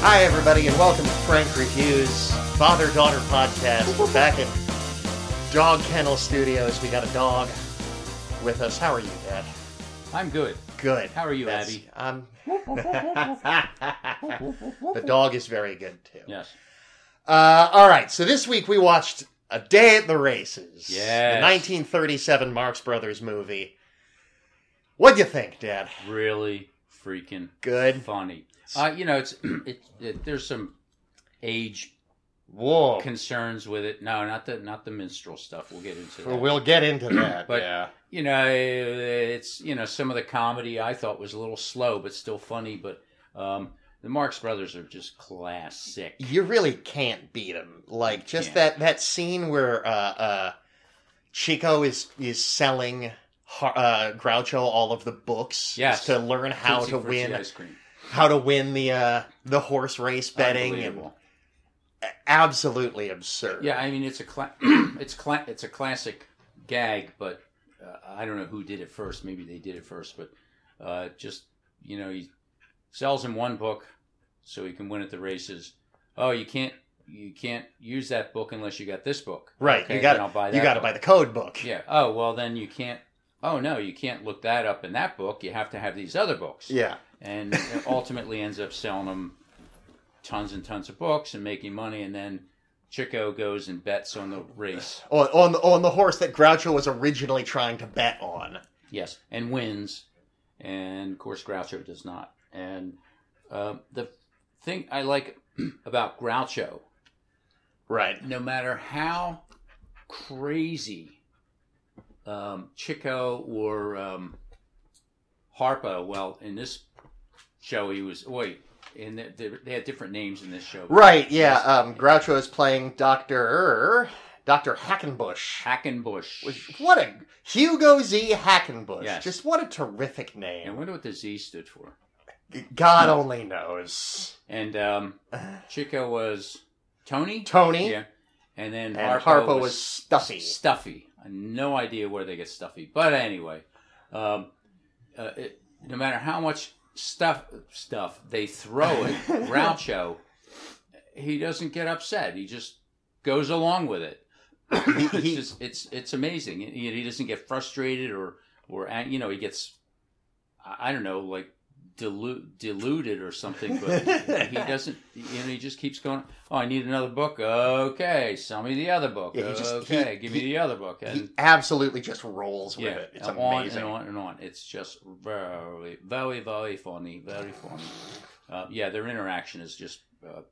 Hi, everybody, and welcome to Frank Reviews Father Daughter Podcast. We're back at Dog Kennel Studios. We got a dog with us. How are you, Dad? I'm good. Good. How are you, That's- Abby? I'm. the dog is very good, too. Yes. Uh, all right, so this week we watched A Day at the Races. Yes. The 1937 Marx Brothers movie. What'd you think, Dad? Really freaking Good. funny. Uh, you know, it's it, it, there's some age Whoa. concerns with it. No, not the not the minstrel stuff. We'll get into that. We'll get into that. But- yeah. you know, it's you know some of the comedy I thought was a little slow, but still funny. But um, the Marx Brothers are just classic. you really can't beat him. Like just can't. that that scene where uh, uh, Chico is is selling Har- uh, Groucho all of the books Yes. to learn how Tootsie to Frutti win ice cream. how to win the uh, the horse race betting and Unbelievable. absolutely absurd. Yeah, I mean it's a cla- it's cla- it's a classic gag, but uh, I don't know who did it first. Maybe they did it first, but uh, just you know, he sells him one book so he can win at the races. Oh, you can't you can't use that book unless you got this book. Right, Okay, you got- then I'll buy you got to buy the code book. Yeah. Oh well, then you can't. Oh no, you can't look that up in that book. You have to have these other books Yeah. and it ultimately ends up selling them tons and tons of books and making money. And then Chico goes and bets on the race. On, on the on the horse that Groucho was originally trying to bet on. Yes, and wins. And of course, Groucho does not. And uh, the thing I like about Groucho, Right. no matter how crazy um, Chico or um, Harpo, well, in this show he was. Wait, and they- they they had different names in this show. Right. Yeah. Um, Groucho is playing Doctor Doctor Hackenbush. Hackenbush. Which, what a Hugo Z Hackenbush. Yes. Just what a terrific I name. wonder what the Z stood for. God only knows. And um, Chico was Tony. Tony Yeah. And then and Harpo, Harpo, was, was, stuffy. Stuffy. I have no idea where they get Stuffy, but anyway, um, uh, it, no matter how much stuff stuff they throw at Groucho, he doesn't get upset. He just goes along with it. it's He- just it's it's amazing. He, he doesn't get frustrated or or ang- you know he gets I I don't know like dilute, diluted or something, but he doesn't. You know he just keeps going. Oh, I need another book. Okay, sell me the other book. Yeah, he just- okay, he- give me the other book. And he absolutely just rolls with yeah, it. It's and amazing. on and on and on. It's just very very very funny, very funny. Uh, yeah, their interaction is just uh,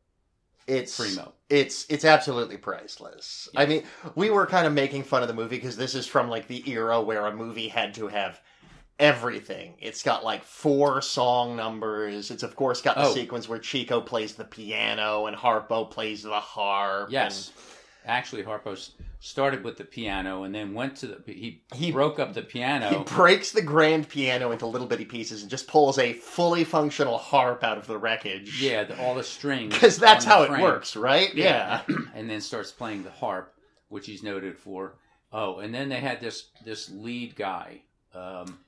It's primo. it's it's absolutely priceless. I Yeah. mean, we were kind of making fun of the movie because this is from like the era where a movie had to have everything. It's got like four song numbers. It's of course got the Oh. sequence where Chico plays the piano and Harpo plays the harp. Yes. Actually, Harpo s- started with the piano and then went to the. He, and he broke up the piano. He breaks the grand piano into little bitty pieces and just pulls a fully functional harp out of the wreckage. yeah, the, all the strings. Because that's on the how it frame. works, right? Yeah. and then starts playing the harp, which he's noted for. Oh, and then they had this this lead guy. Um,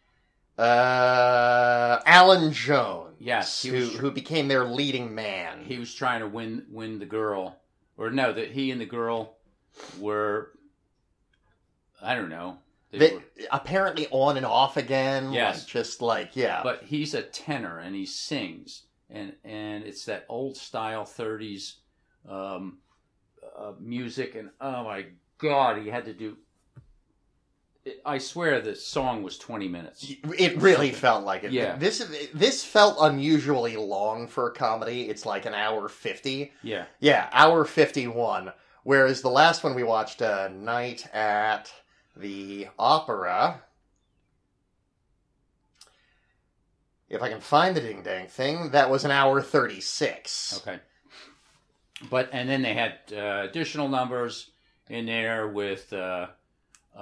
Uh, Alan Jones. Yes, he Who, was- who became their leading man. he was trying to win win the girl, or no, that he and the girl were. I don't know. They They- were- apparently on and off again. Yes. like, just like, yeah. but he's a tenor and he sings and and it's that old style 30s um, uh, music and oh my god he had to do i swear the song was 20 minutes it really felt like it. Yeah. This this felt unusually long for a comedy. It's like an hour 50. yeah Yeah, hour 51. Whereas the last one we watched, uh, Night at the Opera. If I can find the ding dang thing, that was an hour 36. okay but and then they had uh, additional numbers in there with uh, uh,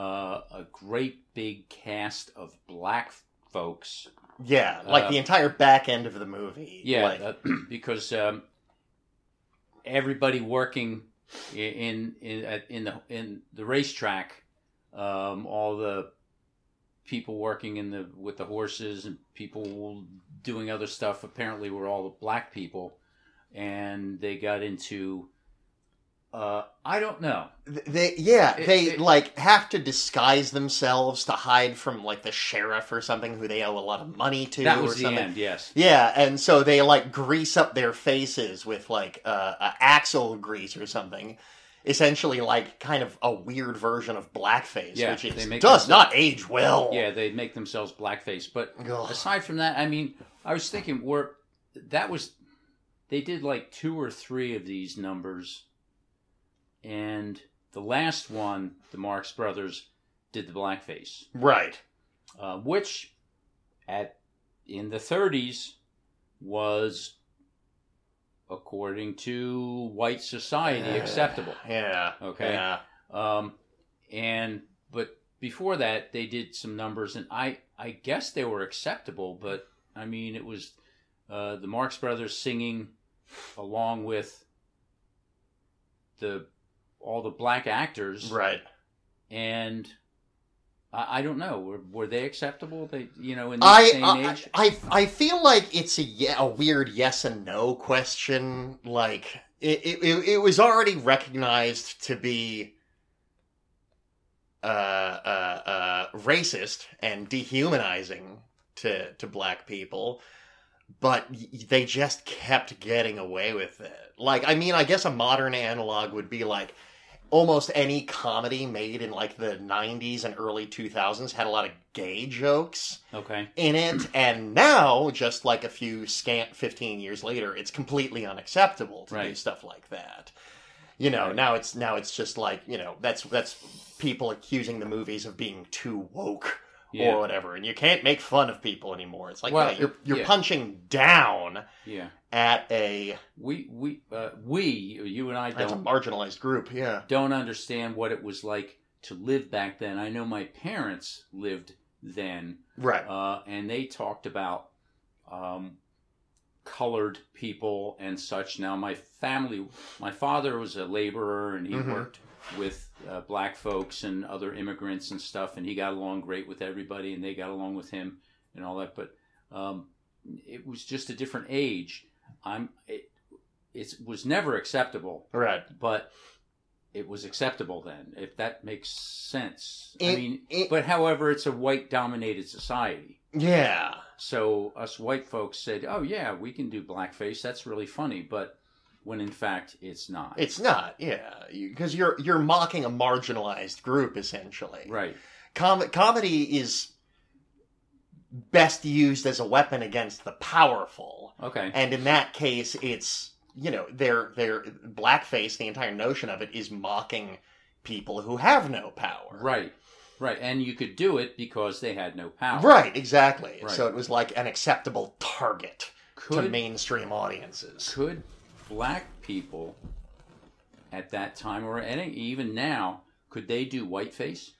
a great big cast of black folks Yeah, like Uh, the entire back end of the movie. Yeah, Like, uh, because um, everybody working i- in in at- in the in the racetrack, um, all the people working in the with the horses and people doing other stuff apparently were all black people, and they got into. Uh, I don't know. They yeah, It- they it- like have to disguise themselves to hide from like the sheriff or something who they owe a lot of money to That or was the something. end. Yes. Yeah, and so they like grease up their faces with like uh, uh, axle grease or something. Essentially, like kind of a weird version of blackface, Yeah, which they is, make does themselves- not age well. Yeah, they make themselves blackface. But Ugh. aside from that, I mean, I was thinking where that was. They did like two or three of these numbers, and the last one, the Marx Brothers, did the blackface. Right. uh, which at in the 30s was according to white society acceptable Yeah. Okay. Yeah. um, and but before that they did some numbers and i i guess they were acceptable but i mean it was uh, the marx brothers singing along with the all the black actors Right. and I, I don't know. Were, were they acceptable? They, you know, in this day and I, age. I I I feel like it's a ye- a weird yes and no question. Like it it, it- it was already recognized to be uh, uh, uh, racist and dehumanizing to to black people, but y- they just kept getting away with it. Like I mean, I guess a modern analog would be like almost any comedy made in like the 90s and early 2000s had a lot of gay jokes okay, in it, and now, just like a few scant 15 years later, it's completely unacceptable to do Right. stuff like that. You know, Right. now it's now it's just like you know that's that's people accusing the movies of being too woke yeah, or whatever, and you can't make fun of people anymore. It's like Well, yeah, you're you're yeah. punching down yeah. at a We we uh, we you and I at a don't marginalized group. Yeah, don't understand what it was like to live back then. I know my parents lived then, right. uh, and they talked about um, colored people and such. Now my family, my father was a laborer and he Mhm. worked with uh, black folks and other immigrants and stuff, and he got along great with everybody, and they got along with him and all that. But um, it was just a different age. I'm it, it was never acceptable, Right. but it was acceptable then, if that makes sense. I It- mean, it- but however, it's a white dominated society. Yeah. So us white folks said, "Oh yeah, we can do blackface. That's really funny," but when in fact it's not. It's not. Yeah, because you, are you're mocking a marginalized group essentially. right. com- comedy is best used as a weapon against the powerful Okay. and in that case it's you know their their blackface the entire notion of it is mocking people who have no power Right. Right. And you could do it because they had no power. Right, exactly Right. so it was like an acceptable target to Could mainstream audiences could black people at that time or any even now could they do whiteface?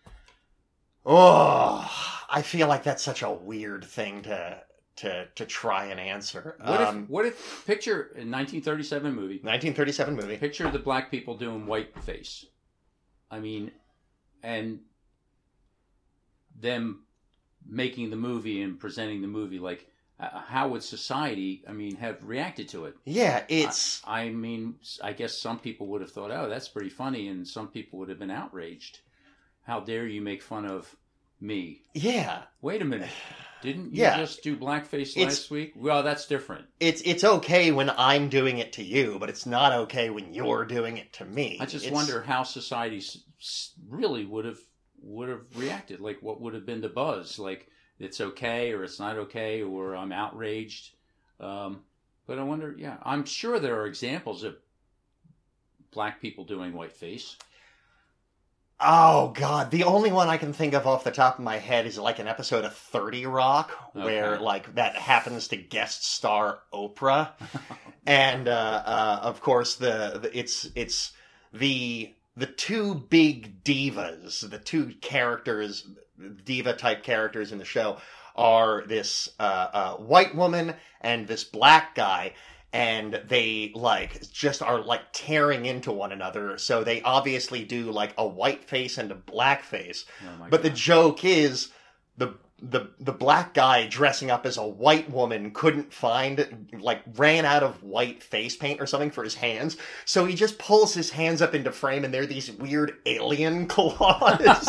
oh i feel like that's such a weird thing to to to try and answer What Um, if what if picture a 1937 movie 1937 movie Picture the black people doing whiteface. I mean, and them making the movie and presenting the movie like uh, how would society i mean have reacted to it yeah it's i mean i guess some people would have thought oh that's pretty funny and some people would have been outraged how dare you make fun of me yeah wait a minute didn't you Yeah. just do blackface It's- last week well that's different it's it's okay when I'm doing it to you, but it's not okay when you're doing it to me. I just It's- wonder how society s- s- really would have would have reacted. Like, what would have been the buzz? Like, it's okay or it's not okay or I'm outraged. Um, but I wonder. Yeah, I'm sure there are examples of black people doing whiteface. Oh god, the only one I can think of off the top of my head is like an episode of 30 Rock where Okay. like that happens to guest star Oprah. and uh, uh of course the, the it's it's the the two big divas, the two characters diva type characters in the show are this uh, uh, white woman and this black guy and they like just are like tearing into one another so they obviously do like a white face and a black face Oh my but the God. joke is the the the black guy dressing up as a white woman couldn't find like ran out of white face paint or something for his hands so he just pulls his hands up into frame and they're these weird alien claws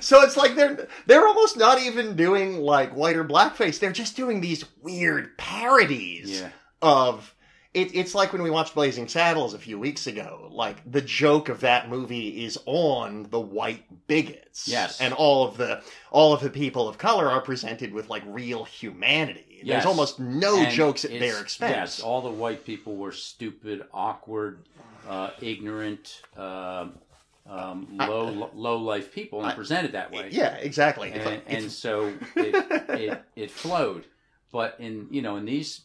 so it's like they're they're almost not even doing like white or blackface they're just doing these weird parodies Yeah. of it, it's like when we watched Blazing Saddles a few weeks ago. Like the joke of that movie is on the white bigots. Yes. and all of the all of the people of color are presented with like real humanity. Yes. There's almost no And jokes at it's- their expense. Yes, all the white people were stupid, awkward, uh, ignorant, um, um, low low life people, and I- presented that way. yeah, exactly. It's and, like- and it's- so it, it it flowed. But in you know in these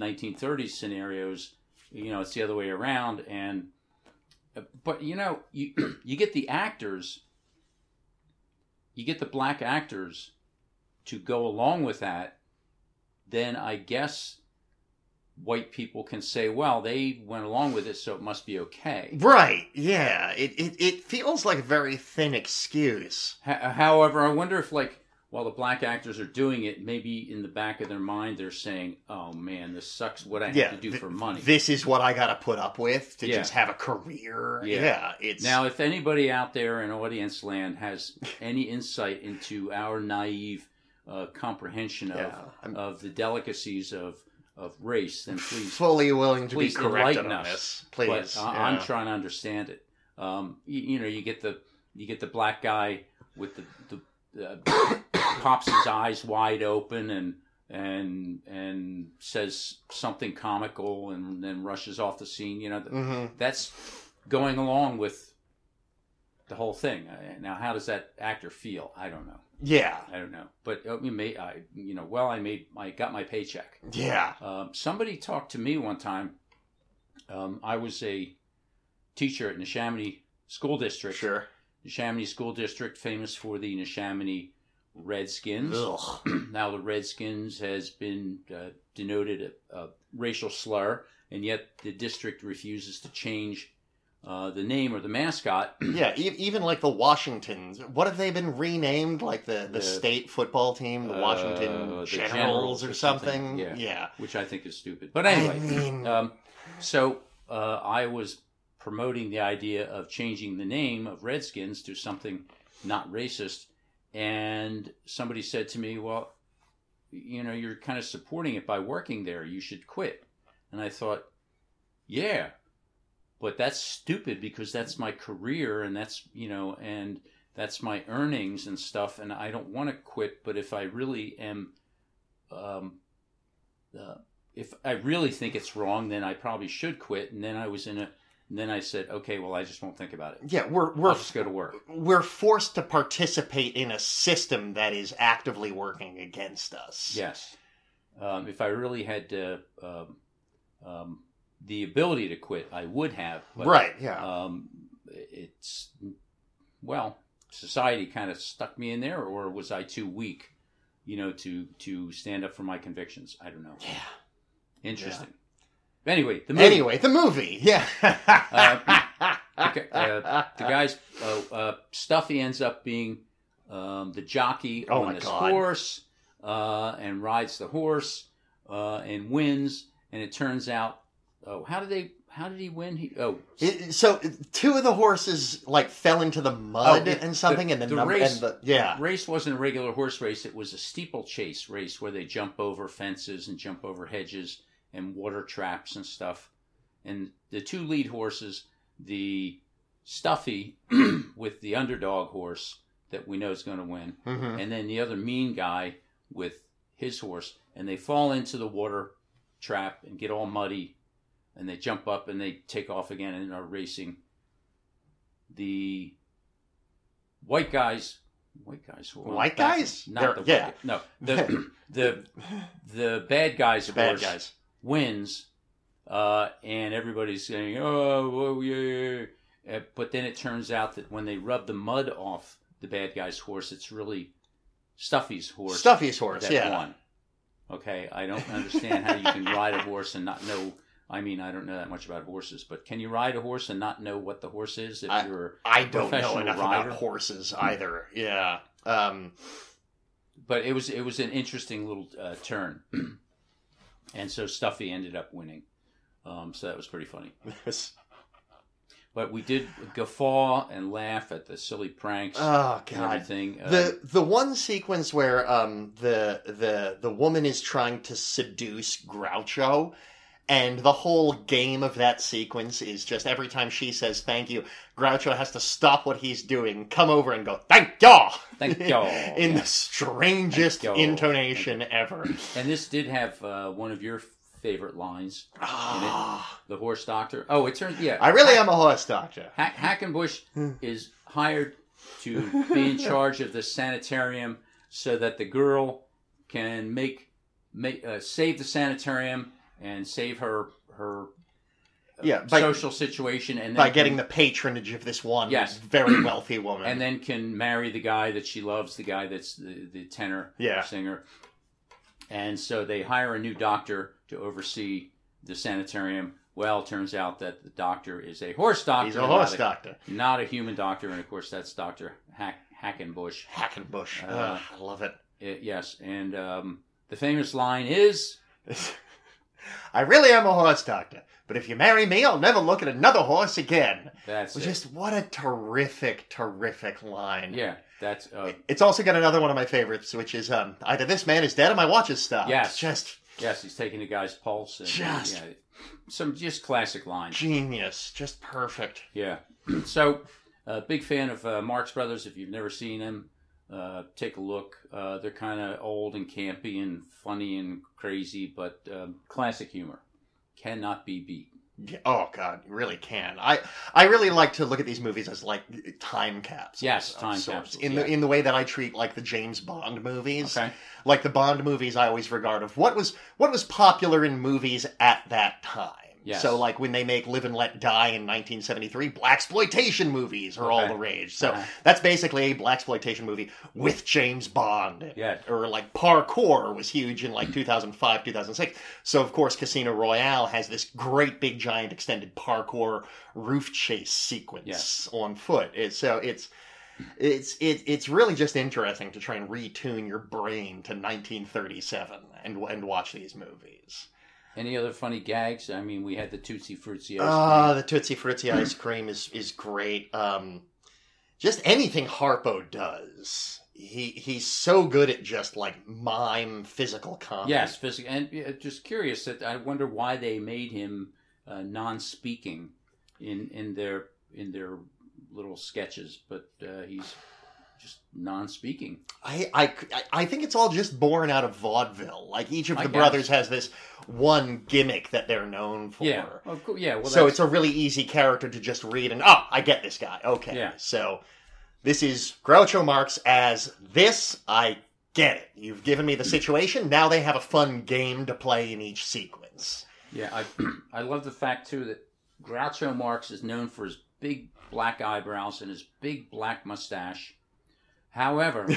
1930s scenarios, you know it's the other way around. And but you know you you get the actors, you get the black actors to go along with that. Then I guess white people can say, well, they went along with it, so it must be okay. right. Yeah. It, it it feels like a very thin excuse. Ho- However, I wonder if, like, while the black actors are doing it, maybe in the back of their mind they're saying, "Oh man, this sucks. What I Yeah, have to do th- for money." This is what I got to put up with to Yeah. just have a career. Yeah. it's now, if anybody out there in audience land has any insight into our naive uh, comprehension of yeah. I'm- of the delicacies of of race, then please. fully willing to please be corrected enlighten on us. this, please. but I- I'm Yeah. trying to understand it. Um, you, you know, you get the you get the black guy with the the uh, pops his eyes wide open and and and says something comical and then rushes off the scene. You know, th- Mhm. that's going along with the whole thing. Uh, Now, how does that actor feel? I don't know. Yeah, I don't know. But uh, we may, I you know, well, I made, I got my paycheck. yeah. Um, somebody talked to me one time. Um, I was a teacher at Neshaminy School District. Sure. Neshaminy School District, famous for the Neshaminy Redskins. Ugh. now the Redskins has been uh, denoted a, a racial slur, and yet the district refuses to change uh, the name or the mascot. Yeah, e- even like the Washingtons. What have they been renamed? Like the, the The- state football team, the Uh, Washington the Generals, Generals or or something, something. yeah. Yeah. which I think is stupid. But anyway, I mean- um, so uh, I was promoting the idea of changing the name of Redskins to something not racist, and somebody said to me, "Well, you know, you're kind of supporting it by working there. You should quit." And I thought, "Yeah." But that's stupid because that's my career and that's, you know, and that's my earnings and stuff. And I don't want to quit. But if I really am um, uh, if I really think it's wrong, then I probably should quit. And then I was in a, and then I said, okay, well, I just won't think about it. Yeah, we're I'll we're just go to work. we're forced to participate in a system that is actively working against us. Yes. Um, if I really had uh, um, um, the ability to quit, I would have. right. Yeah. Um, it's, well, society kind of stuck me in there, or was I too weak, you know, to, to stand up for my convictions? I don't know. yeah. Interesting. Anyway, the movie. Anyway, the movie. Yeah. okay, uh, the guy's uh, uh, stuffy ends up being um, the jockey Oh on my this God. horse uh, and rides the horse uh, and wins. And it turns out, oh, how did they? How did he win? He oh, It- so two of the horses like fell into the mud Oh, it- and something, the- and then the num- race- and the, yeah, race wasn't a regular horse race. It was a steeplechase race where they jump over fences and jump over hedges and water traps and stuff. And the two lead horses, the stuffy with the underdog horse that we know is going to win, hmm and then the other mean guy with his horse, and they fall into the water trap and get all muddy, and they jump up and they take off again and are racing. The white guys, white guys, well, White back- guys? not the They're- yeah. white, no, the the the bad guys, The bad horse guys. wins, uh, and everybody's saying, "Oh, whoa, yeah, yeah." yeah." Uh, but then it turns out that when they rub the mud off the bad guy's horse, it's really Stuffy's horse. Stuffy's horse. that Yeah, won. Okay, I don't understand how you can ride a horse and not know. I mean, I don't know that much about horses, but can you ride a horse and not know what the horse is if I- you're I don't know Professional enough rider. about horses either. Yeah, um, but it was it was an interesting little uh, turn, and so Stuffy ended up winning. Um, so that was pretty funny. oh, But we did guffaw and laugh at the silly pranks oh and god. everything. Uh, The the one sequence where um the the the woman is trying to seduce Groucho and the whole game of that sequence is just every time she says thank you, Groucho has to stop what he's doing, come over and go, Thank y'all thank y'all. in the Yeah. strangest Thank y'all. intonation ever. And this did have uh, one of your favorite lines, Ah, the horse doctor. Oh, it turned yeah. I Hmm. really am a horse doctor. Hack- Hackenbush is hired to be in charge of the sanitarium so that the girl can make, make uh, save the sanitarium and save her her Yeah, by, social situation and then by getting the patronage of this one Yes. very wealthy woman. and then can marry the guy that she loves, the guy that's the, the tenor Yeah. singer. And so they hire a new doctor to oversee the sanitarium. Well, turns out that the doctor is a horse doctor, he's a not horse doctor. not a human doctor, and of course that's Doctor Hack Hackenbush. Hackenbush. Uh, Ugh, I love it. Uh, yes, and um, the famous line is I really am a horse doctor, but if you marry me, I'll never look at another horse again. that's it. Just what a terrific, terrific line. yeah, that's uh, It's also got another one of my favorites, which is um, either this man is dead or my watch is stopped. Yes. Just yes. He's taking the guy's pulse. And, Just- yeah, some just classic lines. genius. Just perfect. Yeah. so, uh, big fan of uh, Marx Brothers. If you've never seen them, uh, take a look. Uh, they're kind of old and campy and funny and crazy, but um, classic humor cannot be beat. Yeah, Oh God, you really can. I I really like to look at these movies as like time capsules. Yes, of time sorts. capsules, In yeah. the in the way that I treat like the James Bond movies, Okay. like the Bond movies, I always regard of what was what was popular in movies at that time. Yes. So like when they make Live and Let Die in 1973, black exploitation movies are all Okay. the rage. So Uh-huh. that's basically a black exploitation movie with James Bond. in it. Yeah. Or like parkour was huge in like 2005, 2006. So of course Casino Royale has this great big giant extended parkour roof chase sequence on foot. It, so it's it's it, it's really just interesting to try and retune your brain to 1937 and and watch these movies. Any other funny gags? I mean, we had the Tootsie Fruitsie. ice cream. Ah, the Tootsie Frutti ice cream is is great. Um, just anything Harpo does, he he's so good at just like mime physical comedy. Yes, physical. And uh, just curious that I wonder why they made him uh, non-speaking in in their in their little sketches, but uh, he's just non-speaking. I, I, I think it's all just born out of vaudeville. Like each of I the guess. brothers has this one gimmick that they're known for. Yeah. Oh, cool. Yeah. Well, so that's- it's a really easy character to just read and oh, I get this guy. Okay. Yeah. So this is Groucho Marx as this. I get it. You've given me the situation. Now they have a fun game to play in each sequence. yeah. I I love the fact too that Groucho Marx is known for his big black eyebrows and his big black mustache. However,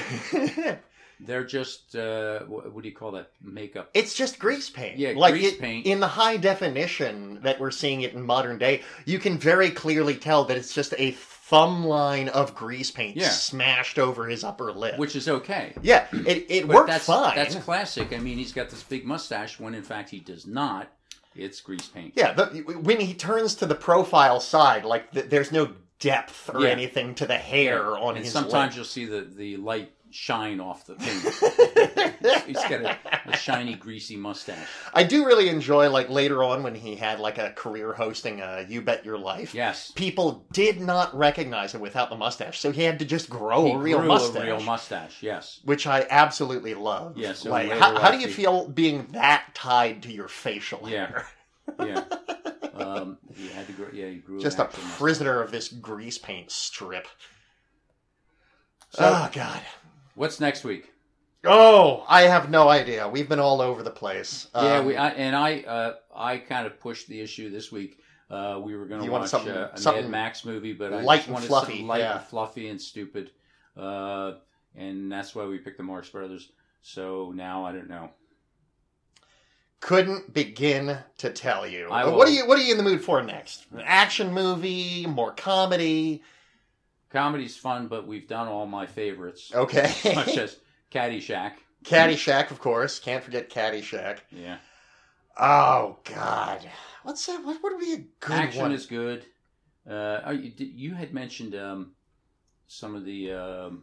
they're just uh, what, what do you call that makeup? it's just grease paint. Yeah, like grease it- paint. in the high definition that we're seeing it in modern day, you can very clearly tell that it's just a thumb line of grease paint Yeah. smashed over his upper lip. Which is okay. yeah, it, it But worked that's, fine. That's classic. I mean, he's got this big mustache when in fact he does not. It's grease paint. Yeah, the, when he turns to the profile side, like th- there's no depth or Yeah. anything to the hair on and his. sometimes lip. you'll see the, the light shine off the thing. he's got a, a shiny, greasy mustache. I do really enjoy like later on when he had like a career hosting uh, "You Bet Your Life." Yes. People did not recognize him without the mustache, so he had to just grow He Oh, a real grew mustache, a real mustache. Yes. which I absolutely love. Yeah, so like later how, how do on you he- feel being that tied to your facial Yeah. hair? Yeah. Um, he had to grow. Yeah, he grew. an Just a actual mustache. prisoner of this grease paint strip. So- oh God. What's next week? Oh, I have no idea. We've been all over the place. yeah, Um, we I, and I uh, I kind of pushed the issue this week. Uh, we were going to You wanted watch something- uh, a something Mad Max movie, but I light just and wanted fluffy, something light yeah. and fluffy and stupid, uh, and that's why we picked the Marx Brothers. So now I don't know. couldn't begin to tell you. I What will- are you What are you in the mood for next? An action movie, more comedy. Comedy's fun, but we've done all my favorites, Okay. such as Caddyshack. Caddyshack, of course. Can't forget Caddyshack. Yeah. Oh God, what's that? What would be a good Action one? is good. Uh, oh, you, did- you had mentioned um, some of the um,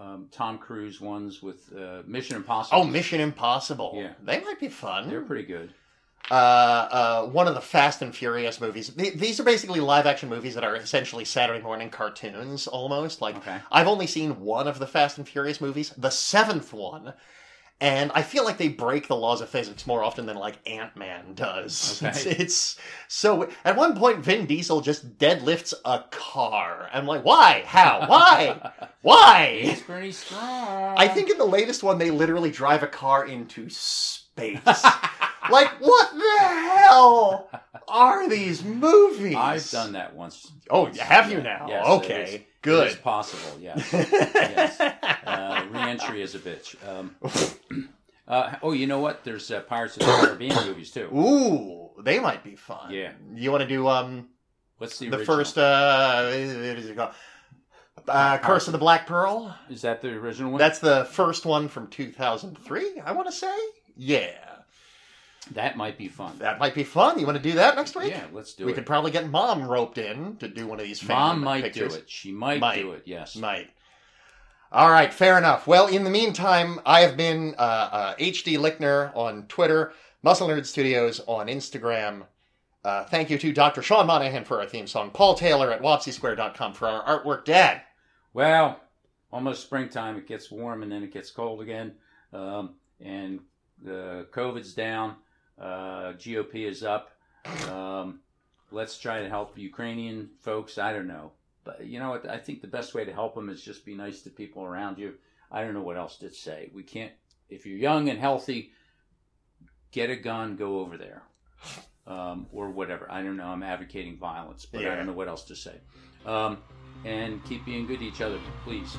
um, Tom Cruise ones with uh, Mission Impossible. oh, Mission Impossible. Yeah. they might be fun. They're pretty good. uh, uh, one of the Fast and Furious movies. Th- these are basically live action movies that are essentially Saturday morning cartoons almost. Like Okay. I've only seen one of the Fast and Furious movies, the seventh one, and I feel like they break the laws of physics more often than like Ant Man does. Okay. It's, it's so at one point Vin Diesel just deadlifts a car. I'm like, why? How? Why? why? He's pretty strong. I think in the latest one they literally drive a car into space. like, what the hell are these movies? I've done that once. Oh, once. have you Yeah. now? Yes, okay, it is- good. It is possible. Yeah. Uh, re-entry is a bitch. Um, uh, oh, you know what? There's uh, Pirates of the Caribbean movies too. Ooh, they might be fun. Yeah. You want to do um What's the, the, original? first uh what is it called? Uh, Curse of the Black Pearl. Is that the original one? That's the first one from 2003, I want to say. Yeah. that might be fun. That might be fun. You want to do that next week? yeah, let's do we it. could probably get mom roped in to do one of these fan Mom might pictures. do it. She might, Might. do it. Yes. Might. All right, fair enough. Well, in the meantime, I have been uh, uh, HD Lickner on Twitter, Muscle Nerd Studios on Instagram. Uh, thank you to Dr. Sean Monahan for our theme song, Paul Taylor at wapsysquare.com for our artwork. Dad, Well, almost springtime. It gets warm and then it gets cold again. Um, and the COVID's down. Uh, GOP is up. Um, let's try to help Ukrainian folks. I don't know. But you know what? I think the best way to help them is just be nice to people around you. I don't know what else to say. We can't, if you're young and healthy, get a gun, go over there. Um, or whatever. I don't know. I'm advocating violence, but I Yeah. don't know what else to say. Um, and keep being good to each other, please.